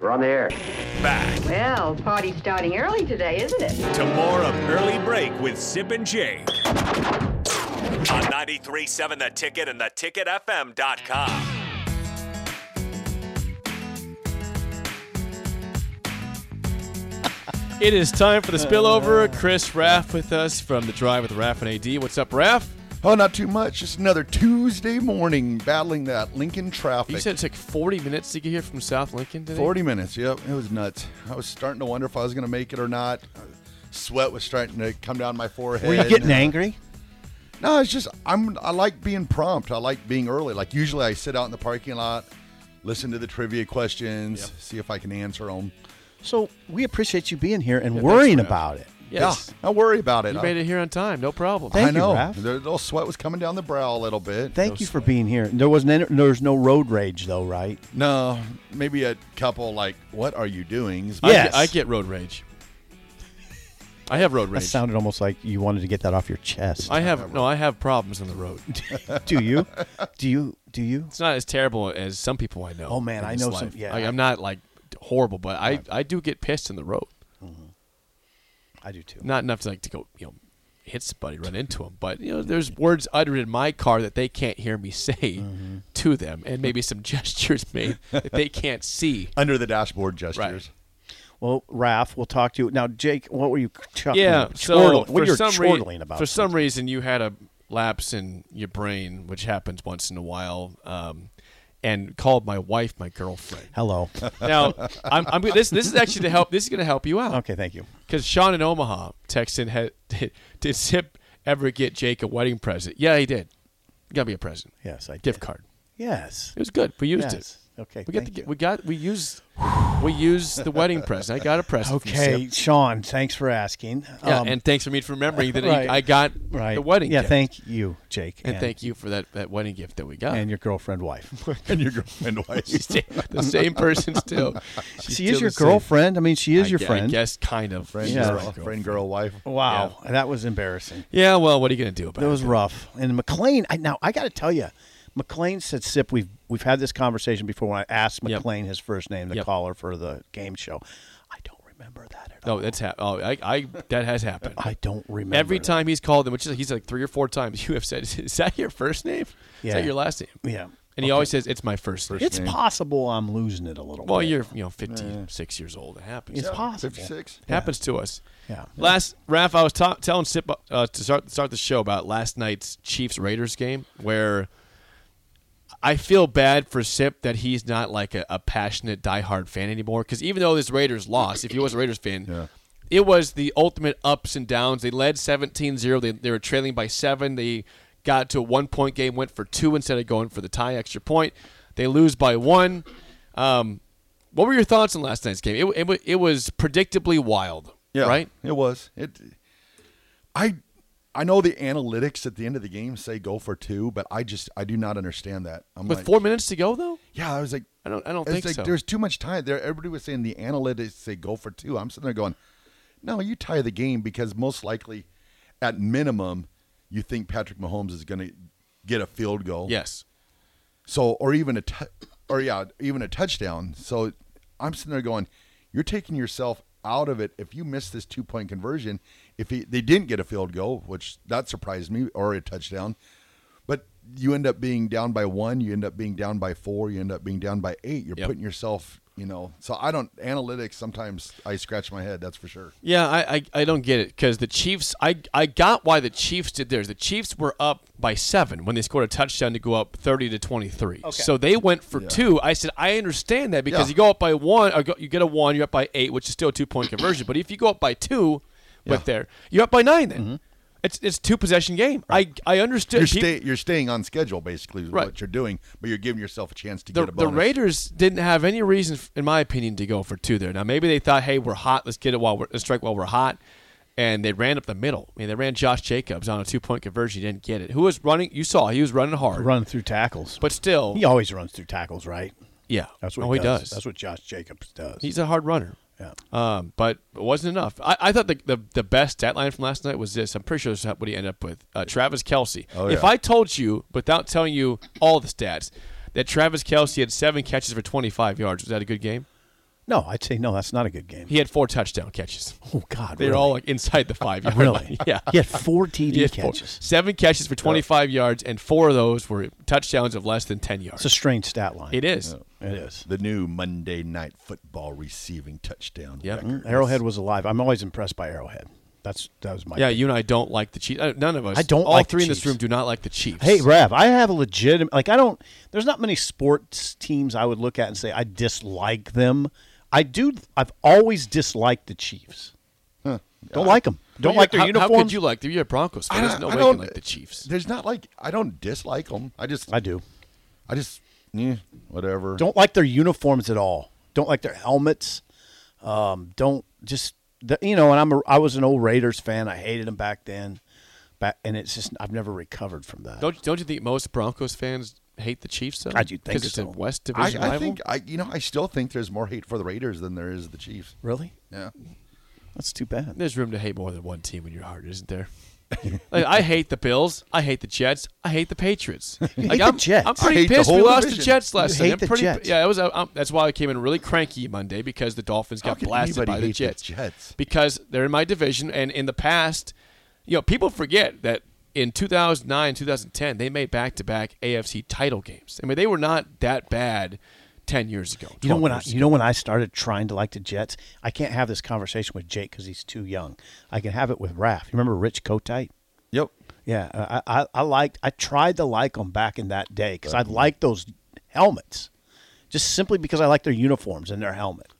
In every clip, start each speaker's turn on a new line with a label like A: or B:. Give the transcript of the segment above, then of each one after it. A: We're on the air.
B: Back
C: Well, party's starting early today, isn't it?
B: to more of Early Break with Sip and Jake. On 93.7 The Ticket and theticketfm.com.
D: It is time for the spillover. Chris Raff with us from the Drive with Raff and AD. What's up, Raff?
E: Oh, not too much. Just another Tuesday morning battling that Lincoln traffic.
D: You said it took 40 minutes to get here from South Lincoln today.
E: 40 minutes. Yep, it was nuts. I was starting to wonder if I was going to make it or not. Sweat was starting to come down my forehead.
F: Were you getting angry?
E: No, it's just I'm. I like being prompt. I like being early. Like usually, I sit out in the parking lot, listen to the trivia questions,
D: Yep.
E: see if I can answer them.
F: So we appreciate you being here and worrying
D: Raph.
F: about it.
D: Yes.
E: Yeah, I worry about it.
D: You
E: I-
D: made it here on time. No problem.
F: Thank
E: I
F: you,
E: know.
F: Raph.
E: the little sweat was coming down the brow a little bit.
F: Thank
D: No
F: you for being here. There wasn't any, there was no road rage though, right?
E: no, maybe a couple like, "What are you doing?"
D: I
F: Yes.
D: get- I get road rage. I have road
F: That
D: rage.
F: sounded almost like you wanted to get that off your chest.
D: I have no. I have problems on the road.
F: do you? Do you? Do you?
D: It's not as terrible as some people I know.
F: Oh,
D: in
F: man, I
D: this
F: know
D: life.
F: some- yeah.
D: Like, I'm not like horrible, but I, I do get pissed on the road.
F: I do too.
D: Not enough to like to go you know hit somebody, run into them, but you know there's words uttered in my car that they can't hear me say
F: Mm-hmm.
D: to them, and maybe some gestures made that they can't see.
E: Under the dashboard gestures.
F: Well, Raph, we'll talk to you now. Jake, what were you chuckling?
D: Yeah.
F: chortling-
D: So
F: what
D: for
F: you're
D: some rea-
F: chortling about?
D: for some reason you had a lapse in your brain, which happens once in a while, um, and called my wife my girlfriend.
F: Hello.
D: Now I'm, I'm this this is actually to help. This is going to help you out.
F: okay, thank you.
D: Because Sean in Omaha texted, in, had, did, did Sip ever get Jake a wedding present? Yeah, he did. Got me a present.
F: Yes, I did.
D: Gift card.
F: Yes.
D: It was good. We used
F: Yes.
D: it.
F: Okay,
D: We got the
F: thank
D: gi-
F: you.
D: we got we used we used the wedding present. I got a present. from Sip.
F: Okay, Sean. Thanks for asking.
D: Yeah,
F: Um,
D: and thanks for me for remembering that he-
F: right.
D: I got
F: right.
D: the wedding.
F: Yeah,
D: gift.
F: thank you, Jake,
D: and, thank you for that, that wedding gift that we got.
F: and your girlfriend, wife.
E: and your girlfriend wife.
D: the same person still. She's
F: she is
D: still
F: your
D: the same.
F: girlfriend. I mean, she is
D: I
F: your
D: gue- I
F: friend.
D: guess kind of.
E: friend,
D: She's
F: Yeah.
D: my
E: girl,
D: girl.
E: friend, girl, wife.
F: Wow, that was embarrassing.
D: Yeah. Well, what are you gonna do about
F: That
D: it?
F: was rough. And McLean, I, now I got to tell you, McLean said, "Sip, we've we've had this conversation before when I asked
D: Yep.
F: McLean his first name, the
D: Yep.
F: caller for the game show. I don't remember that at all.
D: No, that's hap- oh, I, I that has happened.
F: I don't remember
D: Every
F: that.
D: time he's called him, which is he's like three or four times, you have said, "Is that your first name? Is
F: Yeah.
D: that your last name?" And
F: Yeah,
D: he always says, "It's my first name."
F: it's possible I'm losing it a little.
D: well,
F: bit.
D: you're you know 56 years old. It happens.
F: It's possible.
E: Fifty-six.
D: happens to us.
F: Yeah.
D: Last, Raph, I was ta- telling Sip uh, to start start the show about last night's Chiefs Raiders game, where I feel bad for Sip that he's not like a, a passionate diehard fan anymore. Because even though this Raiders lost, if he was a Raiders fan,
E: Yeah.
D: it was the ultimate ups and downs. They led 17-0. They, they were trailing by seven. They got to a one point game, went for two instead of going for the tie extra point. They lose by one. Um, what were your thoughts on last night's game? It, it, wa- it was predictably wild,
E: Yeah,
D: right?
E: It was. It. I, I know the analytics at the end of the game say go for two, but I just I do not understand that. I'm
D: With
E: like,
D: four minutes to go, though,
E: yeah, I was like,
D: I don't- I don't
E: it's
D: think
E: like,
D: so.
E: There's too much time there. Everybody was saying the analytics say go for two. I'm sitting there going, no, you tie the game because most likely, at minimum, you think Patrick Mahomes is going to get a field goal.
D: yes.
E: So, or even a, t- or yeah, even a touchdown. So, I'm sitting there going, you're taking yourself out of it if you miss this two point conversion. If he, they didn't get a field goal, which that surprised me, or a touchdown, but you end up being down by one, you end up being down by four, you end up being down by eight. You're
D: Yep.
E: putting yourself, you know. So I don't analytics. Sometimes I scratch my head. That's for sure.
D: Yeah, I, I, I don't get it because the Chiefs. I I got why the Chiefs did theirs. The Chiefs were up by seven when they scored a touchdown to go up thirty to twenty three. So they went for two. I said I understand that because
E: Yeah.
D: you go up by one, or go, you get a one, you're up by eight, which is still a two point conversion. But if you go up by two, with there, you're up by nine. Then it's it's two possession game. I I understood.
E: You're,
D: peop-
E: stay, you're staying on schedule, basically, is
D: Right.
E: what you're doing, but you're giving yourself a chance to
D: the,
E: get a
D: the
E: bonus.
D: Raiders didn't have any reason, in my opinion, to go for two there. Now maybe they thought, hey, we're hot, let's get it while we're let's strike while we're hot, and they ran up the middle. I mean, they ran Josh Jacobs on a two point conversion, he didn't get it. Who was running? You saw he was running hard,
F: Run through tackles,
D: but still,
F: he always runs through tackles, right?
D: yeah,
F: That's what
D: oh, he does.
F: That's what Josh Jacobs does.
D: He's a hard runner.
F: yeah.
D: Um, but it wasn't enough. I, I thought the, the the best stat line from last night was this. I'm pretty sure this is what he ended up with. Uh, Travis Kelsey.
E: Oh,
D: If
E: yeah.
D: I told you, without telling you all the stats, that Travis Kelsey had seven catches for 25 yards, was that a good game?
F: No, I'd say no. That's not a good game.
D: He had four touchdown catches.
F: Oh God,
D: They were
F: really?
D: all like inside the five yard
F: really.
D: line. Yeah.
F: he had four TD
D: He had four-
F: catches.
D: seven catches for 25 yards, and four of those were touchdowns of less than 10 yards.
F: It's a strange stat line.
D: it is.
F: It is.
E: The new Monday Night Football receiving touchdown.
D: Yep.
E: record.
F: Arrowhead was alive. I'm always impressed by Arrowhead. That's that was my
D: Yeah, you and I don't like the Chiefs. Uh, None of us.
F: I don't
D: All
F: like the
D: three in this
F: Chiefs.
D: room do not like the Chiefs.
F: Hey, Rav, I have a legitimate like I don't there's not many sports teams I would look at and say I dislike them. I do I've always disliked the Chiefs. Don't like them. Don't
D: Well,
F: like
D: you-
F: their
D: how,
F: uniform.
D: How could you like? the- You're a Broncos fan. There's no way you can like the Chiefs.
E: There's not like I don't dislike them. I just
F: I do.
E: I just yeah, whatever.
F: Don't like their uniforms at all. Don't like their helmets. Um, don't just the, you know. And I'm a, I was an old Raiders fan. I hated them back then. Back and it's just I've never recovered from that.
D: Don't don't you think most Broncos fans hate the Chiefs? Though?
F: I do think
D: because it's a
F: so.
D: West
E: I,
D: Division
E: I
D: rival.
E: think I you know I still think there's more hate for the Raiders than there is the Chiefs.
F: really?
E: Yeah.
F: That's too bad.
D: There's room to hate more than one team in your heart, isn't there? like, I hate the Bills. I hate the Jets. I hate the Patriots. Like,
F: hate the
D: I'm,
F: Jets.
D: I'm
E: I
D: pretty
E: hate the
D: pissed we
E: whole
D: lost the
E: division.
D: Jets
F: You
D: last
F: hate
D: night. I'm
F: the
D: pretty,
F: Jets.
D: Yeah, it was. um, that's why I came in really cranky Monday because the Dolphins
E: How
D: got
E: can
D: blasted
E: anybody
D: by the
E: hate the
D: Jets.
E: Jets?
D: Because they're in my division, and in the past, you know, people forget that in 2009, 2010, they made back-to-back AFC title games. I mean, they were not that bad ten years ago.
F: You know
D: 12
F: when I
D: years
F: you know when I started trying to like the Jets, I can't have this conversation with Jake because he's too young. I can have it with Raph. You remember Rich Kotite?
E: Yep.
F: Yeah, I, I I liked I tried to like them back in that day because I liked those helmets, just simply because I like their uniforms and their helmet,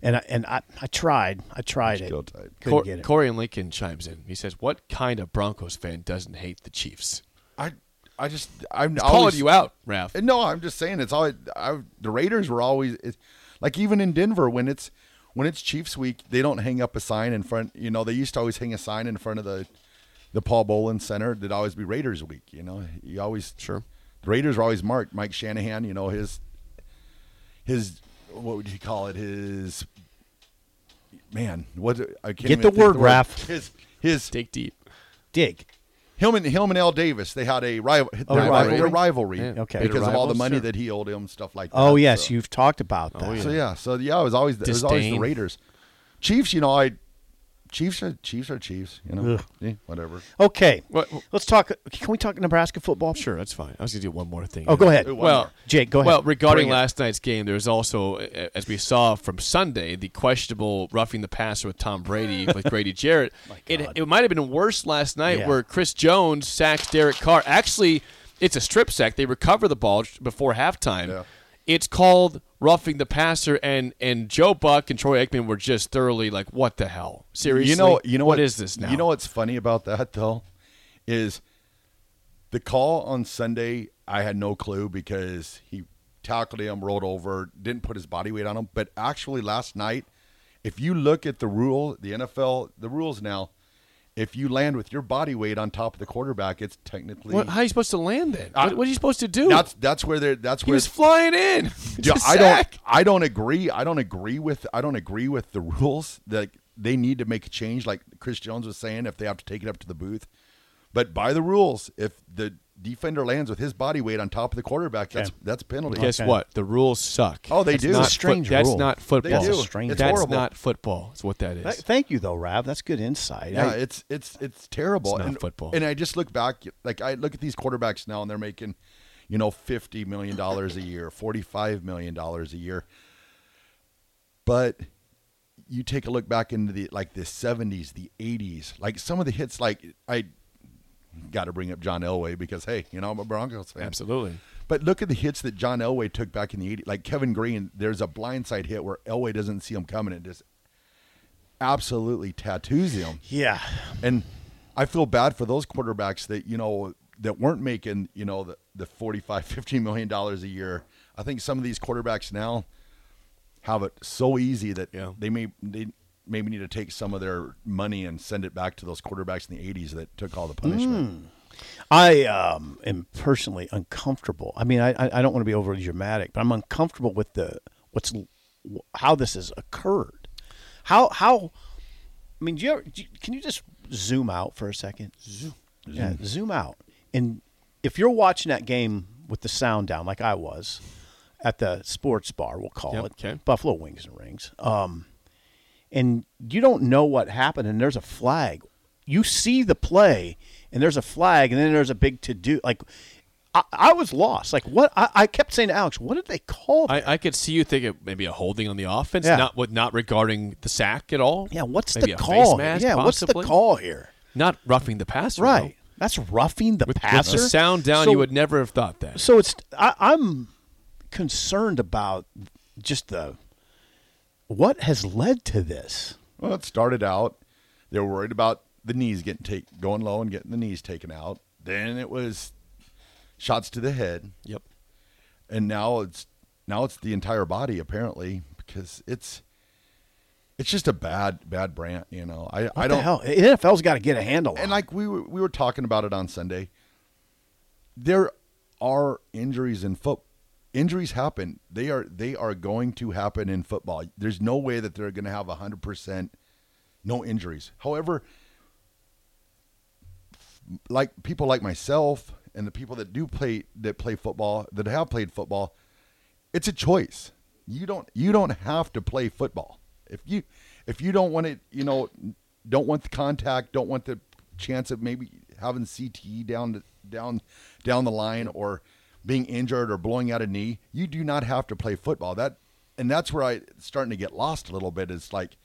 F: and I and I, I tried I tried it,
E: Still tight.
F: couldn't
D: Cor-
F: get it.
D: Corey and Lincoln chimes in. He says, "What kind of Broncos fan doesn't hate the Chiefs?"
E: I I just I'm
D: Calling you out, Ralph.
E: No, I'm just saying it's always I, the Raiders were always it's, like even in Denver when it's when it's Chiefs week they don't hang up a sign in front. You know they used to always hang a sign in front of the the Paul Bolin Center. That'd always be Raiders week. You know you always
D: Sure.
E: the Raiders were always marked. Mike Shanahan, you know his his what would you call it his man what I can't
F: Get
E: even
F: the
E: think
F: word, Raph.
E: his his
D: Dig deep.
F: Dig.
E: Hillman, Hillman L. Davis. They had a rival, their
F: rivalry.
E: rivalry, their rivalry
D: Yeah.
F: Okay.
E: because of all the
D: Rivals,
E: money
D: sure.
E: that he owed him, stuff like that.
F: Oh yes,
E: so.
D: uh,
F: you've talked about that.
D: Oh,
E: So yeah, so yeah, it was always it was always the
D: Disdain.
E: Raiders, Chiefs. You know, I Chiefs are Chiefs are Chiefs. You know, Eh, whatever.
F: Okay,
D: What-
F: let's talk. Can we talk Nebraska football?
D: Sure, that's fine. I was going to do one more thing.
F: Oh, go ahead.
E: Ooh, one
D: Well,
E: more.
F: Jake, go ahead.
D: Well, regarding
F: Bring it.
D: last night's game, there was also, a- as we saw from Sunday, the questionable roughing the passer with Tom Brady with Grady Jarrett. It it might have been worse last night,
F: Yeah.
D: where Chris Jones sacks Derek Carr. Actually, it's a strip sack. They recover the ball before halftime.
E: Yeah.
D: It's called roughing the passer, and and Joe Buck and Troy Aikman were just thoroughly like, what the hell? Seriously,
E: You know, you know
D: what is this now?
E: You know what's funny about that though, is the call on Sunday. I had no clue because he tackled him, rolled over, didn't put his body weight on him. But actually, last night, if you look at the rule, the NFL, the rules now, if you land with your body weight on top of the quarterback, it's technically
D: What, how are you supposed to land then?
E: I-
D: what, what are you supposed to do?
E: that's that's where they're that's
D: he
E: where
D: was flying in. It's
E: yeah,
D: a
E: I don't.
D: sack.
E: I don't agree. I don't agree with. I don't agree with the rules that they need to make a change. Like Chris Jones was saying, if they have to take it up to the booth, but by the rules, if the defender lands with his body weight on top of the quarterback, that's
F: Okay.
E: that's penalty.
D: Guess what? The rules suck.
E: Oh, they
D: That's
E: do.
D: Not
E: It's a
D: foot-
F: strange
D: that's
F: rule.
D: not football.
E: They
F: do.
D: That's
F: Strange
D: That's
E: It's horrible.
D: not football. That's what that is.
F: Th- Thank you though, Rav. That's good insight.
E: Yeah,
F: I-
E: it's it's it's terrible.
D: It's not
E: and,
D: football.
E: And I just look back, like I look at these quarterbacks now, and they're making, you know, fifty million dollars a year, forty-five million dollars a year. But you take a look back into the like the seventies, the eighties, like some of the hits. Like I got to bring up John Elway because hey, you know I'm a Broncos fan.
D: Absolutely.
E: But look at the hits that John Elway took back in the 80s. Like Kevin Green, there's a blindside hit where Elway doesn't see him coming and just absolutely tattoos him.
F: yeah.
E: And I feel bad for those quarterbacks that, you know, that weren't making, you know, the, the 45, 50 million dollars a year. I think some of these quarterbacks now have it so easy that
D: Yeah.
E: they may they maybe need to take some of their money and send it back to those quarterbacks in the 80s that took all the punishment.
F: I um, am personally uncomfortable. I mean, I, I I don't want to be overly dramatic, but I'm uncomfortable with the what's how this has occurred. How how? I mean, do you, ever, do you can you just zoom out for a second? Zoom, yeah, zoom out. And if you're watching that game with the sound down, like I was, at the sports bar, we'll call
D: Yep,
F: it
D: okay.
F: Buffalo Wings and Rings. Um, and you don't know what happened, and there's a flag. You see the play, and there's a flag, and then there's a big to do. Like, I, I was lost. Like, what? I, I kept saying to Alex, what did they call? that?
D: I, I could see you thinking maybe a holding on the offense,
F: Yeah.
D: not with not regarding the sack at all.
F: yeah, what's
D: Maybe
F: the
D: a face
F: call? here?
D: mask,
F: yeah, what's the
D: possibly.
F: call here?
D: Not roughing the passer,
F: Right.
D: though.
F: That's roughing the
D: With
F: passer.
D: the sound down,
F: So-
D: you would never have thought that.
F: so it's I, I'm concerned about just the what has led to this.
E: Well, it started out they were worried about the knees getting take going low and getting the knees taken out. Then it was shots to the head,
D: Yep.
E: and now it's now it's the entire body apparently because it's it's just a bad bad brand. You know, I I
F: What
E: don't
F: the hell. The NFL's got to get a handle
E: and
F: on. it.
E: like we were, we were talking about it on Sunday. There are injuries in foot. Injuries happen. They are they are going to happen in football. There's no way that they're going to have hundred percent no injuries. However, like people like myself and the people that do play that play football that have played football, it's a choice. You don't you don't have to play football if you if you don't want it. You know, don't want the contact, don't want the chance of maybe having CTE down the, down down the line or being injured or blowing out a knee. You do not have to play football. That and that's where I it's starting to get lost a little bit. Is like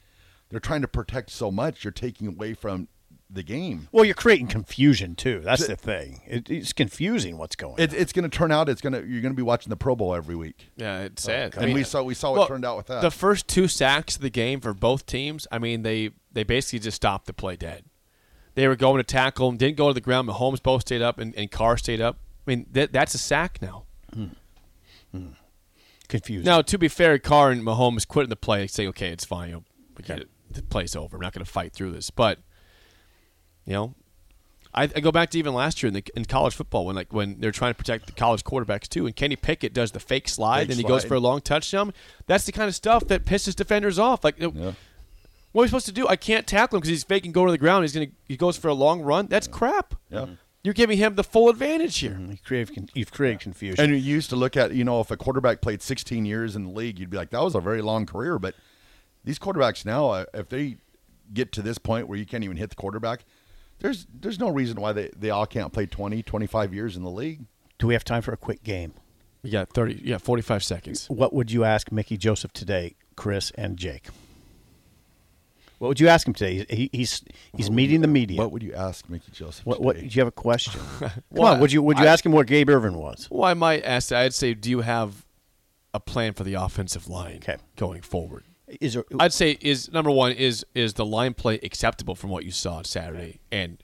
E: they're trying to protect so much, you're taking away from the game.
F: well, you're creating confusion too. That's the thing. It, it's confusing what's going.
E: It, it's going to turn out. It's going to you're going to be watching the Pro Bowl every week.
D: Yeah, it's
F: Oh,
D: sad.
E: And we saw we saw what
D: Well,
E: turned out with that.
D: The first two sacks of the game for both teams, I mean, they, they basically just stopped the play dead. They were going to tackle him, didn't go to the ground. Mahomes both stayed up and, and Carr stayed up. I mean, that, that's a sack now.
F: on. Confusing.
D: Now, to be fair, Carr and Mahomes quitting the play, say, okay, it's fine. You know, we get it. The play's over. I'm not going to fight through this. But, you know, I, I go back to even last year in, the, in college football when like when they're trying to protect the college quarterbacks too, and Kenny Pickett does the fake slide,
E: Fake
D: and he goes
E: slide.
D: for a long touchdown. That's the kind of stuff that pisses defenders off. Like, what are we supposed to do? I can't tackle him because he's faking going to the ground. He's gonna he goes for a long run. That's crap.
E: Yeah. Mm-hmm.
D: You're giving him the full advantage here.
F: you create, con- you've created confusion.
E: and you used to look at you know if a quarterback played 16 years in the league, you'd be like that was a very long career. But these quarterbacks now, uh, if they get to this point where you can't even hit the quarterback, there's there's no reason why they, they all can't play 20, 25 years in the league.
F: Do we have time for a quick game?
D: You got thirty, yeah, forty five seconds.
F: What would you ask Mickey Joseph today, Chris and Jake? What would you ask him today? He, he's he's meeting the media.
E: What would you ask Mickey Joseph?
F: What, what
E: today?
F: do you have a question? Come
D: Well,
F: on, would you would you
D: I-
F: ask him where Gabe Irvin was?
D: Well, I might ask. I'd say, do you have a plan for the offensive line
F: Okay.
D: going forward?
F: Is there,
D: I'd say is number one is is the line play acceptable from what you saw on Saturday, and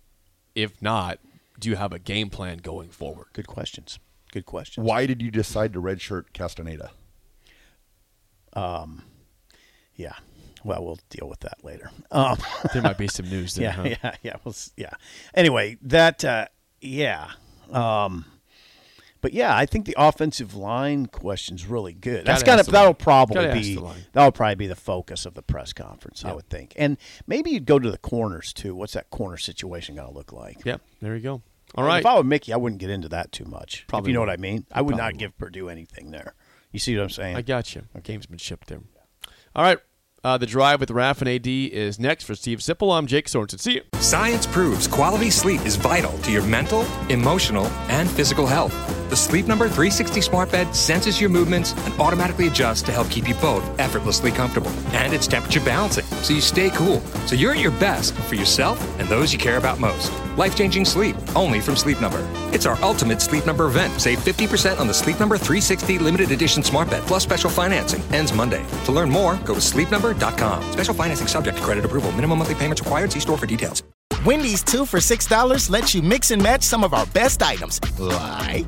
D: if not, do you have a game plan going forward?
F: good questions. Good questions.
E: Why did you decide to redshirt Castaneda?
F: Yeah. Well, we'll deal with that later. Um,
D: There might be some news there.
F: yeah,
D: huh?
F: yeah, yeah, we'll s yeah. Anyway, that uh, yeah. Um, but yeah, I think the offensive line question's really good. That's
D: Gotta
F: kind
D: ask
F: of
D: the
F: that'll
D: line.
F: probably
D: Gotta ask
F: be
D: the line.
F: that'll probably be the focus of the press conference, I would think. And maybe you'd go to the corners too. What's that corner situation going to look like?
D: Yep. There you go. All
F: Like,
D: right.
F: If I were Mickey, I wouldn't get into that too much.
D: Probably
F: if you know what I
D: wouldn't.
F: mean. I would
D: probably
F: not give Purdue anything there. You see what I'm saying?
D: I got you. Gamesmanship there. All right. Uh, the drive with Raf and AD is next for Steve Sippel. I'm Jake Sorensen. See you.
A: Science proves quality sleep is vital to your mental, emotional, and physical health. The Sleep Number 360 smart bed senses your movements and automatically adjusts to help keep you both effortlessly comfortable. And it's temperature balancing, so you stay cool. So you're at your best for yourself and those you care about most. Life-changing sleep, only from Sleep Number. It's our ultimate Sleep Number event. Save 50% on the Sleep Number 360 limited edition smart bed plus special financing. Ends Monday. To learn more, go to sleepnumber.com. Special financing subject to credit approval. Minimum monthly payments required. See store for details.
G: Wendy's two for $6 lets you mix and match some of our best items, like